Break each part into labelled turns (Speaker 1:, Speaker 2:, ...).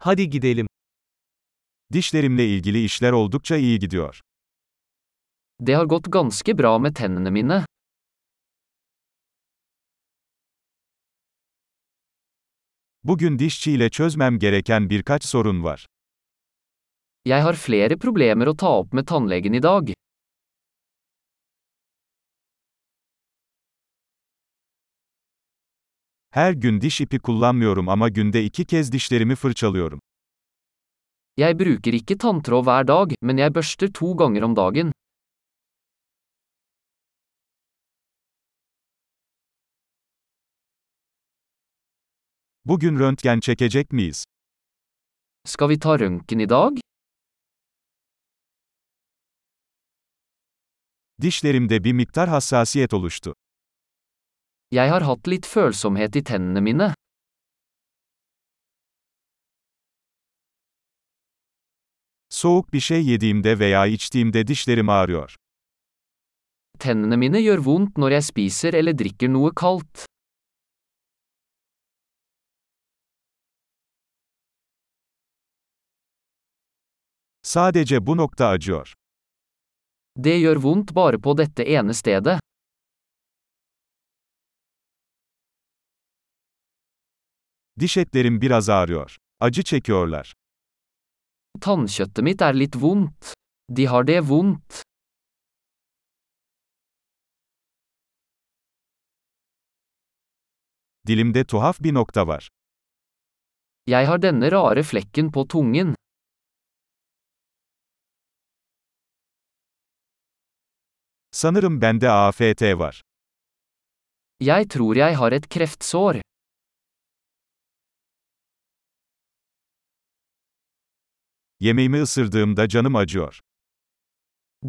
Speaker 1: Hadi gidelim.
Speaker 2: Dişlerimle ilgili işler oldukça iyi gidiyor.
Speaker 3: Det har gått ganske bra med tennene mine.
Speaker 2: Bugün dişçiyle çözmem gereken birkaç sorun var.
Speaker 3: Jeg har flere problemer å ta opp med tannlegen i dag.
Speaker 2: Her gün diş ipi kullanmıyorum ama günde iki kez dişlerimi fırçalıyorum.
Speaker 3: Jeg bruker ikke tanntråd hver dag, men jeg børster to ganger om dagen.
Speaker 2: Bugün röntgen çekecek miyiz?
Speaker 3: Skal vi ta røntgen i dag?
Speaker 2: Dişlerimde bir miktar hassasiyet oluştu.
Speaker 3: Jeg har hatt litt følsomhet i tennene mine.
Speaker 2: Soğuk bir şey yediğimde veya içtiğimde dişlerim ağrıyor.
Speaker 3: Tennene mine gjør vondt når jeg spiser eller drikker noe kaldt.
Speaker 2: Sadece bu nokta acıyor.
Speaker 3: Det gjør vondt bare på dette ene stedet.
Speaker 2: Diş etlerim biraz ağrıyor. Acı çekiyorlar.
Speaker 3: Tannkjøttet mitt er litt vondt. De har det vondt.
Speaker 2: Dilimde tuhaf bir nokta var.
Speaker 3: Jeg har denne rare flekken på tungen.
Speaker 2: Sanırım bende AFT var.
Speaker 3: Jeg tror jeg har et kreftsår.
Speaker 2: Yemeğimi ısırdığımda canım acıyor.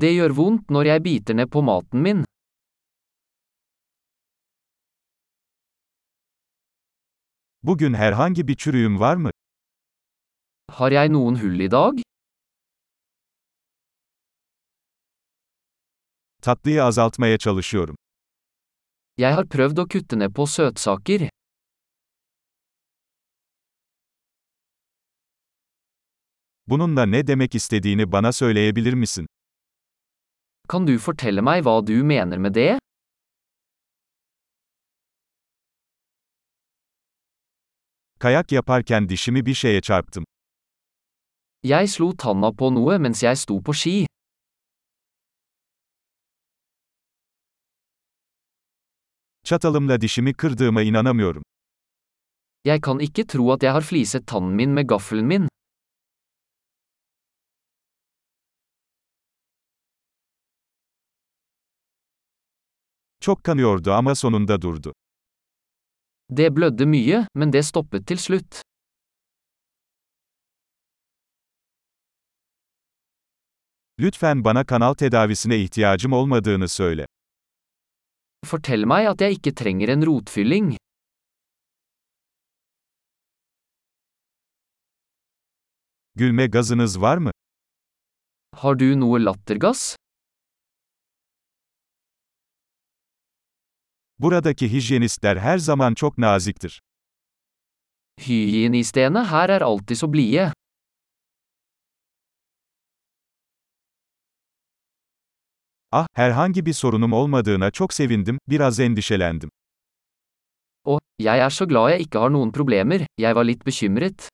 Speaker 3: Det gjør vondt når jeg biter ned på maten min.
Speaker 2: Bugün herhangi bir çürüğüm var mı?
Speaker 3: Har jeg noen hull i dag?
Speaker 2: Tatlıyı azaltmaya çalışıyorum.
Speaker 3: Jeg har prøvd å kutte ned på søtsaker.
Speaker 2: Bununla ne demek istediğini bana söyleyebilir misin?
Speaker 3: Kan du fortelle meg hva du mener med det?
Speaker 2: Kayak yaparken dişimi bir şeye çarptım.
Speaker 3: Jeg slo tanna på noe mens jeg sto på ski.
Speaker 2: Çatalımla dişimi kırdığıma inanamıyorum.
Speaker 3: Jeg kan ikke tro at jeg har fliset tannen min med gaffelen min.
Speaker 2: Çok kanıyordu ama sonunda durdu.
Speaker 3: Det blødde mye, men det stoppet til slutt.
Speaker 2: Lütfen bana kanal tedavisine ihtiyacım olmadığını söyle.
Speaker 3: Fortell meg at jeg ikke trenger en rotfylling.
Speaker 2: Gülme gazınız var mı?
Speaker 3: Har du noe lattergass?
Speaker 2: Buradaki hijyenistler her zaman çok naziktir.
Speaker 3: Hygienistene her er alltid så blide.
Speaker 2: Ah, herhangi bir sorunum olmadığına çok sevindim, biraz endişelendim.
Speaker 3: Og, jeg er så glad jeg ikke har noen problemer, jeg var litt bekymret.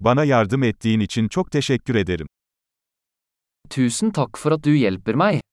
Speaker 2: Bana yardım ettiğin için çok teşekkür ederim.
Speaker 3: Tusen takk for at du hjelper meg.